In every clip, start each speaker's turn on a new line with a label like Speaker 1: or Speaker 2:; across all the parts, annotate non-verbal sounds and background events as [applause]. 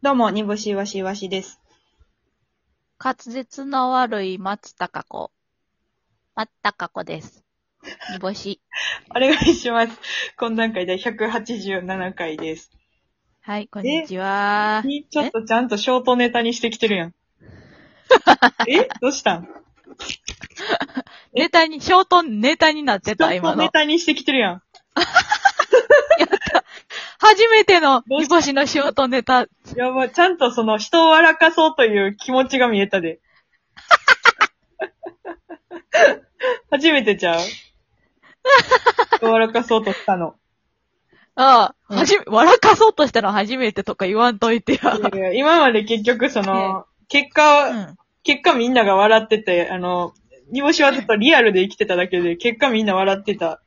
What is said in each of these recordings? Speaker 1: どうも、煮干しわしわしです。
Speaker 2: 滑舌の悪い松たか子。松たか子です。煮干し。
Speaker 1: お願いします。懇談会第187回です。
Speaker 2: はい、こんにちは。
Speaker 1: ちょっとちゃんとショートネタにしてきてるやん。 [laughs] えどうしたん
Speaker 2: ネタに、ショートネタになって
Speaker 1: ショ
Speaker 2: た、
Speaker 1: ー
Speaker 2: 今
Speaker 1: トネ
Speaker 2: の。
Speaker 1: タにしてきてるやん。
Speaker 2: 初めての
Speaker 1: どうし
Speaker 2: 煮干しのショートネタ。
Speaker 1: やばい、ちゃんとその人を笑かそうという気持ちが見えた
Speaker 2: [laughs]
Speaker 1: で。初めてちゃう人を笑かそうとしたの。
Speaker 2: ああ、
Speaker 1: うん
Speaker 2: はじめ、笑かそうとしたの初めてとか言わんといてや。
Speaker 1: いやいや今まで結局その、結果、
Speaker 2: うん。
Speaker 1: 結果みんなが笑ってて、あの、煮干しはずっとリアルで生きてただけで、結果みんな笑ってた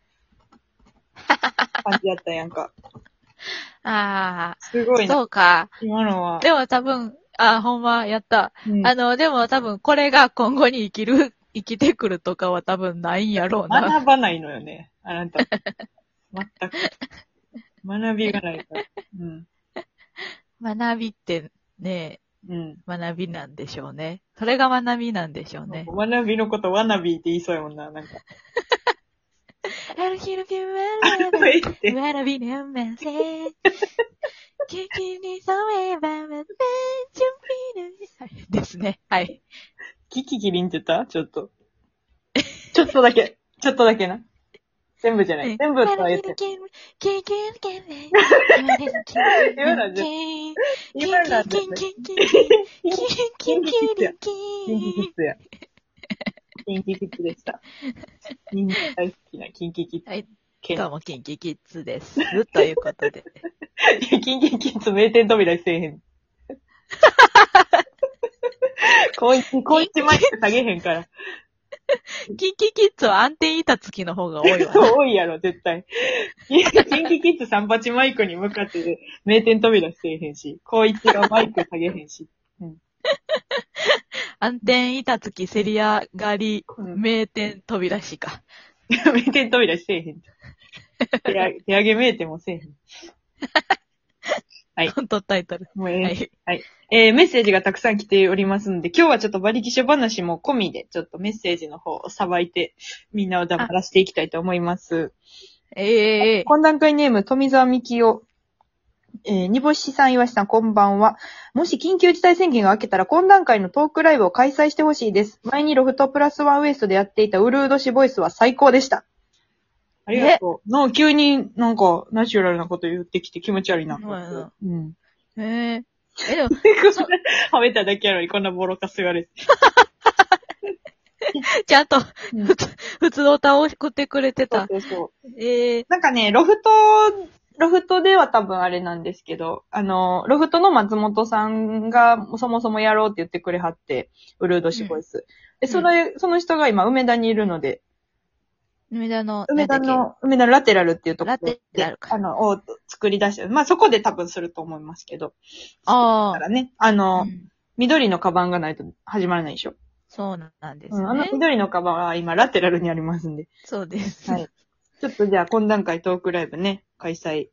Speaker 1: 感じやったやんか。
Speaker 2: あ
Speaker 1: すご
Speaker 2: あ、
Speaker 1: いな、
Speaker 2: そうか。
Speaker 1: 今のは。
Speaker 2: でも多分、ああ、ほんま、やった。
Speaker 1: うん
Speaker 2: あの、でも多分、これが今後に生きる、生きてくるとかは多分ないんやろうな。
Speaker 1: 学ばないのよね、あなた。全く。学びがないから。うん。
Speaker 2: 学びってね、
Speaker 1: うん。
Speaker 2: 学びなんでしょうね。それが学びなんでしょうね。
Speaker 1: 学びのこと、わなびって言いそうやもんな、なんか。
Speaker 2: ある日の夢
Speaker 1: えって。
Speaker 2: わらびのませ。キキに添えばまた準備のですね。はい。
Speaker 1: キキキリンって言ったちょっと。ちょっとだけ。ちょっとだけな。全部じゃない。全部とは言って。
Speaker 2: キキキリン
Speaker 1: 今なんで今なんでキンキキッズや。キンキキッズや。キンキキッズでした。みんな大好きなキンキキッズ。
Speaker 2: はい
Speaker 1: けん。
Speaker 2: どうも、キンキキッズです。ということで。
Speaker 1: キンキキッズ名店扉せえへん。こいつ、こいつマック下げへんから。
Speaker 2: キンキキッズは安定板付きの方が多いわな。
Speaker 1: 多いやろ、絶対。キンキキッズ三八マイクに向かって名店扉せえへんし、こいつがマイク下げへんし。
Speaker 2: 安定板付きせり上がり、
Speaker 1: うん
Speaker 2: 名店扉しか。
Speaker 1: 名店扉せえへん。手上げ手上げ名店もせえへん。はい
Speaker 2: [laughs] 本当タイトル。
Speaker 1: もうええ
Speaker 2: はい。
Speaker 1: えーメッセージがたくさん来ておりますので、今日はちょっと馬力書話も込みで、ちょっとメッセージの方をさばいて、みんなを黙らせていきたいと思います。
Speaker 2: ええ
Speaker 1: 懇談会ネーム、富澤美希夫。えー、煮干しさん、岩しさん、こんばんは。もし緊急事態宣言が明けたら、懇談会のトークライブを開催してほしいです。前にロフトプラスワンウエストでやっていたウルードシボイスは最高でした。ありがとう。の、急になんか、ナチュラルなこと言ってきて気持ち悪いな。
Speaker 2: そうやな
Speaker 1: うん。
Speaker 2: えええ、でも、
Speaker 1: はめただけやのに、こんなボロカス言われて。
Speaker 2: ちゃんと、
Speaker 1: うん
Speaker 2: 普通、普通の歌を送ってくれて
Speaker 1: そう
Speaker 2: た。
Speaker 1: そうそう。
Speaker 2: ええ
Speaker 1: なんかね、ロフト、ロフトでは多分あれなんですけど、あの、ロフトの松本さんがそもそもやろうって言ってくれはって、ウルードシボイス。で、それ、その人が今、梅田にいるので、
Speaker 2: 梅田の、
Speaker 1: 梅田
Speaker 2: なんだっ
Speaker 1: の、梅田のラテラルっていうところで
Speaker 2: ラテラルか
Speaker 1: あの、を作り出してる。まあ、そこで多分すると思いますけど。
Speaker 2: ああ
Speaker 1: だからね、あの、
Speaker 2: け、うん
Speaker 1: 緑のカバンがないと始まらないでしょ。
Speaker 2: そうなんです
Speaker 1: うん、あの
Speaker 2: ね。
Speaker 1: 緑のカバンは今、ラテラルにありますんで。
Speaker 2: そうです。
Speaker 1: はい。ちょっとじゃあ、懇談会トークライブね、開催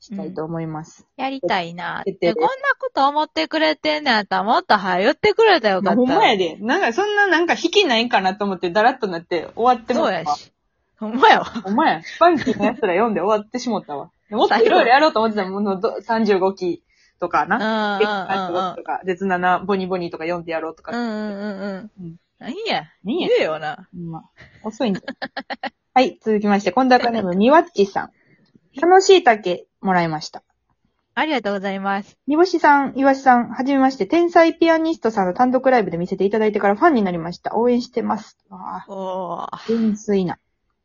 Speaker 1: したいと思います。
Speaker 2: やりたいな。
Speaker 1: 決定
Speaker 2: で、
Speaker 1: です
Speaker 2: こんなこと思ってくれてんねやったら、もっと早言ってくれたらよか
Speaker 1: まあ
Speaker 2: った。
Speaker 1: ほんまやで。なんか、そんななんか引きないかなと思って、だらっとなって終わっても
Speaker 2: そう
Speaker 1: った
Speaker 2: や
Speaker 1: わ。
Speaker 2: し。ほんまや
Speaker 1: [laughs]
Speaker 2: わ。
Speaker 1: ほんまや。スパンキーのやつら読んで終わってしもったわ。もっといろいろやろうと思ってたもの、ど35期とかな。
Speaker 2: うんうんうんうん
Speaker 1: 35期とか、絶7ボニボニとか読んでやろうと
Speaker 2: う
Speaker 1: か。
Speaker 2: んうんうん
Speaker 1: う
Speaker 2: うんん。何や。
Speaker 1: 何や
Speaker 2: 言えよな。
Speaker 1: ほんま遅いんだ。はい、続きまして、今度はネーム、にわっちさん。楽しい竹もらいました。
Speaker 2: ありがとうございます。
Speaker 1: にぼしさん、いわしさん、はじめまして、天才ピアニストさんの単独ライブで見せていただいてからファンになりました。応援してます。わあ
Speaker 2: おー、
Speaker 1: 純粋な。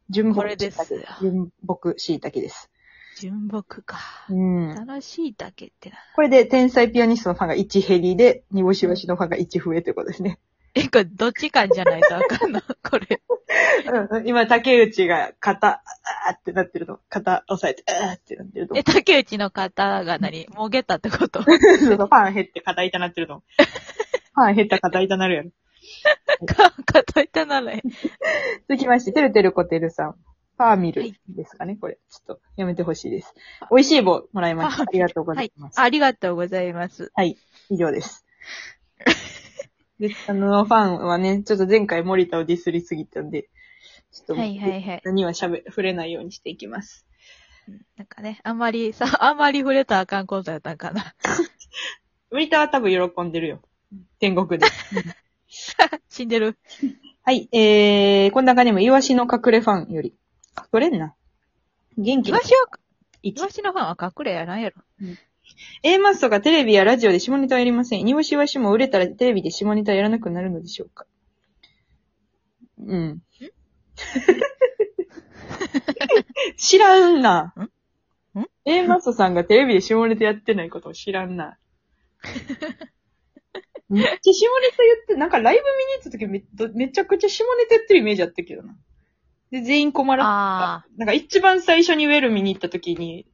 Speaker 1: 純木
Speaker 2: これです
Speaker 1: 椎茸純木椎茸です。
Speaker 2: 純木か。
Speaker 1: うん。
Speaker 2: 楽しいだけってな。
Speaker 1: これで、天才ピアニストのファンが1減りで、煮干しわしのファンが1増えということですね。
Speaker 2: え、これ、どっちかじゃないとあかん [laughs] のこれ。
Speaker 1: うん、今、竹内が肩、あーってなってるの。肩押さえて、あーってなってると。
Speaker 2: え、竹内の方が何もげたってこと
Speaker 1: そうそうファン減って肩痛なってると。ファン減った肩痛なるやろ。
Speaker 2: か、肩痛ならへん。
Speaker 1: 続きまして、てるてるこてるさん。フパーミル
Speaker 2: はい
Speaker 1: ですかね、これ。ちょっとやめてほしいです。美味しい棒もらいました。
Speaker 2: パ
Speaker 1: あ
Speaker 2: ー
Speaker 1: り
Speaker 2: ミル
Speaker 1: がとうございます。
Speaker 2: ありがとうございます。
Speaker 1: 以上です。で、あの、ファンはね、ちょっと前回森田をディスりすぎたんで、ちょっと、
Speaker 2: はいはいはい。
Speaker 1: 何は喋、触れないようにしていきます。
Speaker 2: なんかね、あんまりさ、あんまり触れたらあかんことやったんかな。 [laughs]
Speaker 1: 森田は多分喜んでるよ。天国で。 [laughs]
Speaker 2: 死んでる。
Speaker 1: はい、えー、こんな感じも、イワシの隠れファンより。隠れんな。元気
Speaker 2: イ
Speaker 1: な
Speaker 2: ワシは、イ
Speaker 1: 一
Speaker 2: ワシのファンは隠れやなんやろ。
Speaker 1: A マスとかテレビやラジオで下ネタはやりません。煮干しわしも売れたらテレビで下ネタやらなくなるのでしょうかうん。
Speaker 2: [laughs]
Speaker 1: 知らんな。
Speaker 2: んん
Speaker 1: ?A マストさんがテレビで下ネタやってないことを知らん
Speaker 2: [laughs]
Speaker 1: な。めっちゃ下ネタ言って、なんかライブ見に行った時めどめちゃくちゃ下ネタやってるイメージあったけどな。で、全員困ら
Speaker 2: ああ。
Speaker 1: なんか一番最初にウェル見に行った時に、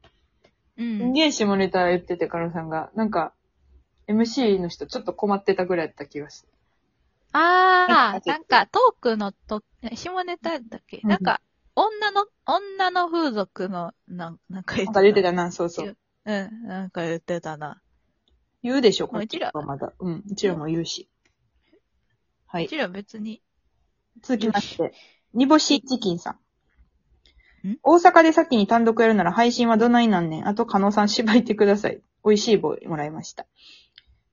Speaker 2: う
Speaker 1: すん
Speaker 2: ん。
Speaker 1: げえ下ネタ言ってて、カノさんが。なんか、MC の人ちょっと困ってたぐらいだった気がする。
Speaker 2: ああ、なんかトークのと、下ネタだっけ
Speaker 1: うん
Speaker 2: なんか、女の、女の風俗の、なんなんか言
Speaker 1: なんか言って
Speaker 2: た。
Speaker 1: たな、そうそう。
Speaker 2: うん、なんか言ってたな。
Speaker 1: 言うでしょ、こ
Speaker 2: まあ
Speaker 1: っ
Speaker 2: うち
Speaker 1: ち
Speaker 2: ら
Speaker 1: はまだ。うん、うちらも言うし。は
Speaker 2: う
Speaker 1: い。
Speaker 2: ちら別に。
Speaker 1: 続きまして、煮干しチキンさん
Speaker 2: ん。
Speaker 1: 大阪で先に単独やるなら配信はどないなんねん。あと、カノさんしばいてください。美味しい棒もらいました。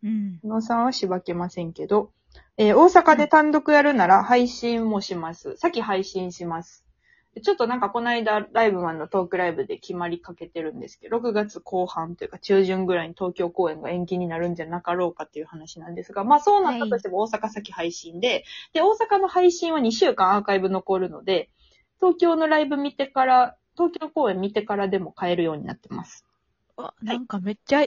Speaker 2: うん。
Speaker 1: カノさんはしばけませんけど、えー大阪で単独やるなら配信もします。先配信します。ちょっとなんかこの間、ライブマンのトークライブで決まりかけてるんですけど、6月後半というか中旬ぐらいに東京公演が延期になるんじゃなかろうかっていう話なんですが、まあそうなったとしても大阪先配信で、で、大阪の配信は2週間アーカイブ残るので、東京のライブ見てから、東京公演見てからでも買えるようになってます。
Speaker 2: あ、なんかめっちゃ、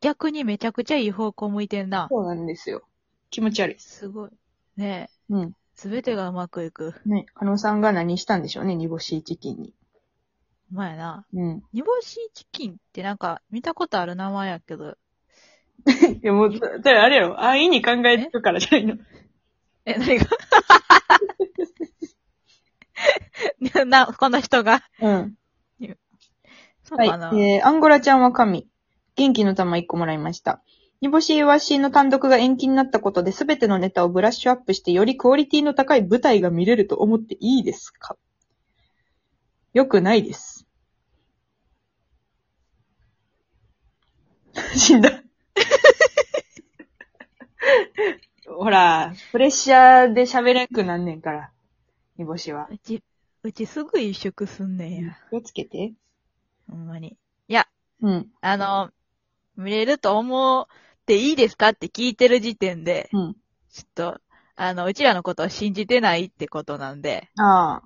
Speaker 2: 逆にめちゃくちゃいい方向向いてんな。
Speaker 1: そうなんですよ。気持ち悪いです。
Speaker 2: すごい。ねえ、
Speaker 1: うん。
Speaker 2: すべてがうまくいく。
Speaker 1: ね、カノさんが何したんでしょうね、煮干しチキンに。
Speaker 2: うまいな。
Speaker 1: うん。
Speaker 2: 煮干しチキンってなんか見たことある名前やけど。
Speaker 1: いや、もう、だからあれやろ、安易に考えてるからじゃないの。
Speaker 2: え、何
Speaker 1: [laughs]
Speaker 2: がな、この人が。
Speaker 1: うん。
Speaker 2: そう
Speaker 1: はい
Speaker 2: かな。。
Speaker 1: えー、アンゴラちゃんは神。元気の玉1個もらいました。煮干しイワシの単独が延期になったことで、すべてのネタをブラッシュアップして、よりクオリティの高い舞台が見れると思っていいですかよくないです。 [laughs] 死んだ。 [laughs] ほら、プレッシャーで喋れなくなんねんから、煮干しは。
Speaker 2: うち、うちすぐ萎縮すんねんや。
Speaker 1: 気をつけて。
Speaker 2: ほんまに。
Speaker 1: うん。
Speaker 2: あの、見れると思っていいですかって聞いてる時点で、
Speaker 1: うん。
Speaker 2: ちょっと、あの、うちらのことを信じてないってことなんで、
Speaker 1: ああ。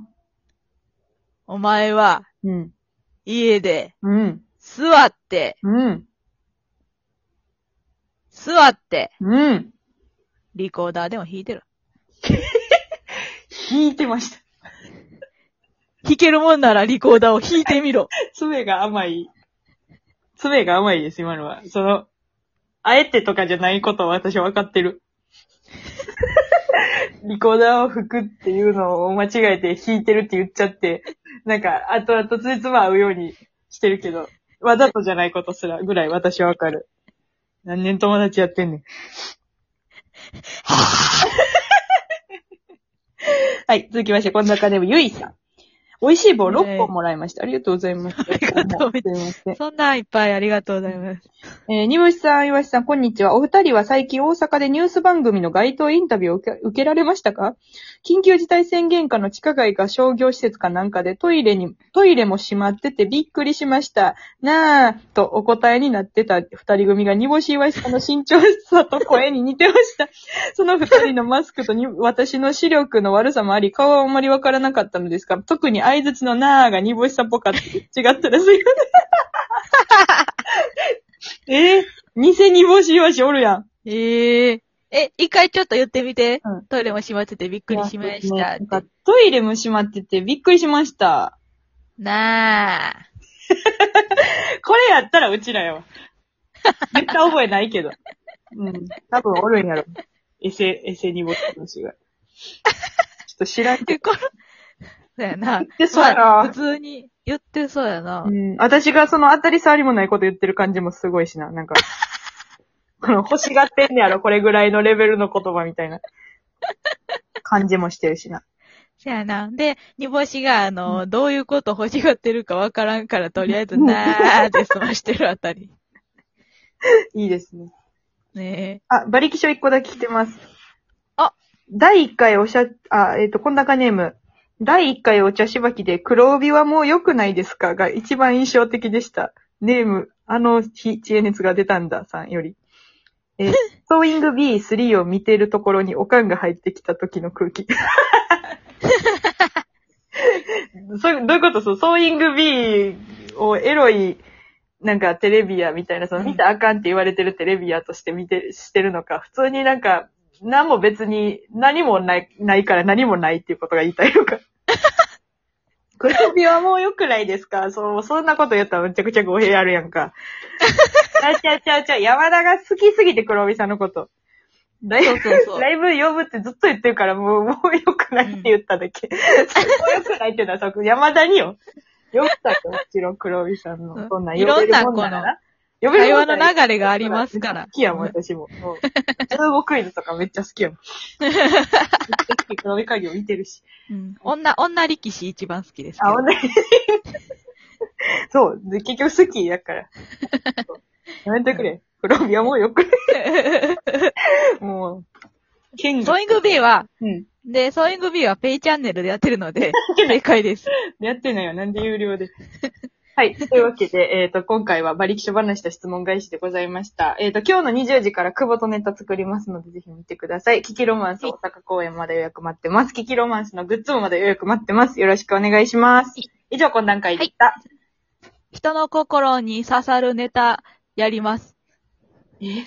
Speaker 2: お前は
Speaker 1: うん。
Speaker 2: 家で
Speaker 1: うん。
Speaker 2: 座って、
Speaker 1: うん。
Speaker 2: 座って、
Speaker 1: うん。
Speaker 2: リコーダーでも弾いてる。
Speaker 1: 聞いてました。 [laughs]
Speaker 2: 弾けるもんならリコーダーを弾いてみろ。
Speaker 1: 爪が甘い。爪が甘いです、今のは。その、あえてとかじゃないことは私分かって [laughs] る。リコーダーを吹くっていうのを間違えて弾いてるって言っちゃって、なんか、後々ついつま合うようにしてるけど、わざとじゃないことすらぐらい私は分かる。何年友達やってんねん。はい、続きまして、こんな中でもゆいさん。美味しい棒6本もらいました。ありがとうござい [laughs] ます。あり
Speaker 2: がとうござい
Speaker 1: ました。
Speaker 2: [laughs] そんなんいっぱいありがとうございます。
Speaker 1: えー、にぶしさん、いわしさん、こんにちは。お二人は最近大阪でニュース番組の街頭インタビューを受け受けられましたか緊急事態宣言下の地下街か商業施設かなんかでトイレに、トイレも閉まっててびっくりしました。なぁ、とお答えになってた二人組が、にぼしいわしさんの身長さと声に似てました。 [laughs] その二人のマスクとに私の視力の悪さもあり、顔はあんまりわからなかったのですが、特に相槌のなぁがにぼしさんっぽかった。違ったらすいません。えー、偽にぼしいわしおるやん。
Speaker 2: えええ、一回ちょっと言ってみて。
Speaker 1: うん
Speaker 2: トイレも閉まっててびっくりしまし
Speaker 1: い
Speaker 2: た
Speaker 1: や
Speaker 2: っ
Speaker 1: な
Speaker 2: て
Speaker 1: ん。かトイレも閉まっててびっくりしました。
Speaker 2: な [laughs] あ。
Speaker 1: これやったらうちらや [laughs] わ。絶対覚えないけど。うん。多分おるんやろ。エセ、エセにぼってのしが。ちょっと知らんけ
Speaker 2: え、この、そうやな。
Speaker 1: で、そうやな
Speaker 2: まあ普通に言ってそうやな
Speaker 1: う。ん、私がその当たり障りもないこと言ってる感じもすごいしな、 [laughs] なんか。この欲しがってんねやろ、これぐらいのレベルの言葉みたいな。感じもしてるしな。
Speaker 2: そうやな。で、煮干しが、あの、どういうこと欲しがってるかわからんから、とりあえず、なーって済ましてるあたり。
Speaker 1: いいですね。
Speaker 2: ね
Speaker 1: あ、馬力書一個だけ来てます。
Speaker 2: あ
Speaker 1: 第一回おしゃ、あ、えっ、と、こんなかネーム。第一回お茶しばきで黒帯はもう良くないですかが一番印象的でした。ネーム、あの日、知恵熱が出たんださんより。えー、ストーイング B3 を見ているところにおかんが入ってきた時の空気。そうどういうことそう、ソーイング B をエロい、なんかテレビやみたいな、その見たらあかんって言われてるテレビやとして見て、してるのか、普通になんか、何も別に、何もない、ないから何もないっていうことが言いたいのか。黒帯はもう良くないですかそう、そんなこと言ったらめちゃくちゃ語弊あるやんか。ちゃうちゃうちゃうちゃう、山田が好きすぎて黒帯さんのこと。だい
Speaker 2: え。
Speaker 1: ぶ
Speaker 2: そうそうそう。
Speaker 1: ライブ呼ぶってずっと言ってるから、もう、もう良くないって言っただけ。もう良くないっていうのは、そ山田によ。呼ぶだけ、もちろん黒帯さん
Speaker 2: う
Speaker 1: の。
Speaker 2: ん
Speaker 1: そんなん
Speaker 2: いろんな
Speaker 1: 呼べるもなら呼べ
Speaker 2: 会
Speaker 1: るも
Speaker 2: 話
Speaker 1: んな
Speaker 2: の
Speaker 1: ら
Speaker 2: 流れがありますから
Speaker 1: 好。きやもん、私も。もう15クイズとかめっちゃ好きやもん。黒帯会議を見てるし。
Speaker 2: うん。女、女力士一番好きですけど。
Speaker 1: あ、同じ。そう、で結局好きやから。そうやめてくれ。黒帯はもう良くない。
Speaker 2: [laughs]
Speaker 1: もう、剣
Speaker 2: ソーイング B は、
Speaker 1: うん。
Speaker 2: で、ソーイング B はペイチャンネルでやってるの [laughs] で、正解です。
Speaker 1: やってないよ。なんで有料で。 [laughs] はい。というわけで、えっ、と、今回は馬力書話と質問返しでございました。えっ、と、今日の20時から久保とネタ作りますので、ぜひ見てください。キキロマンス大阪公演まで予約待ってます。キキロマンスのグッズもまで予約待ってます。よろしくお願いします。以上、懇談会でした。
Speaker 2: 人の心に刺さるネタやります。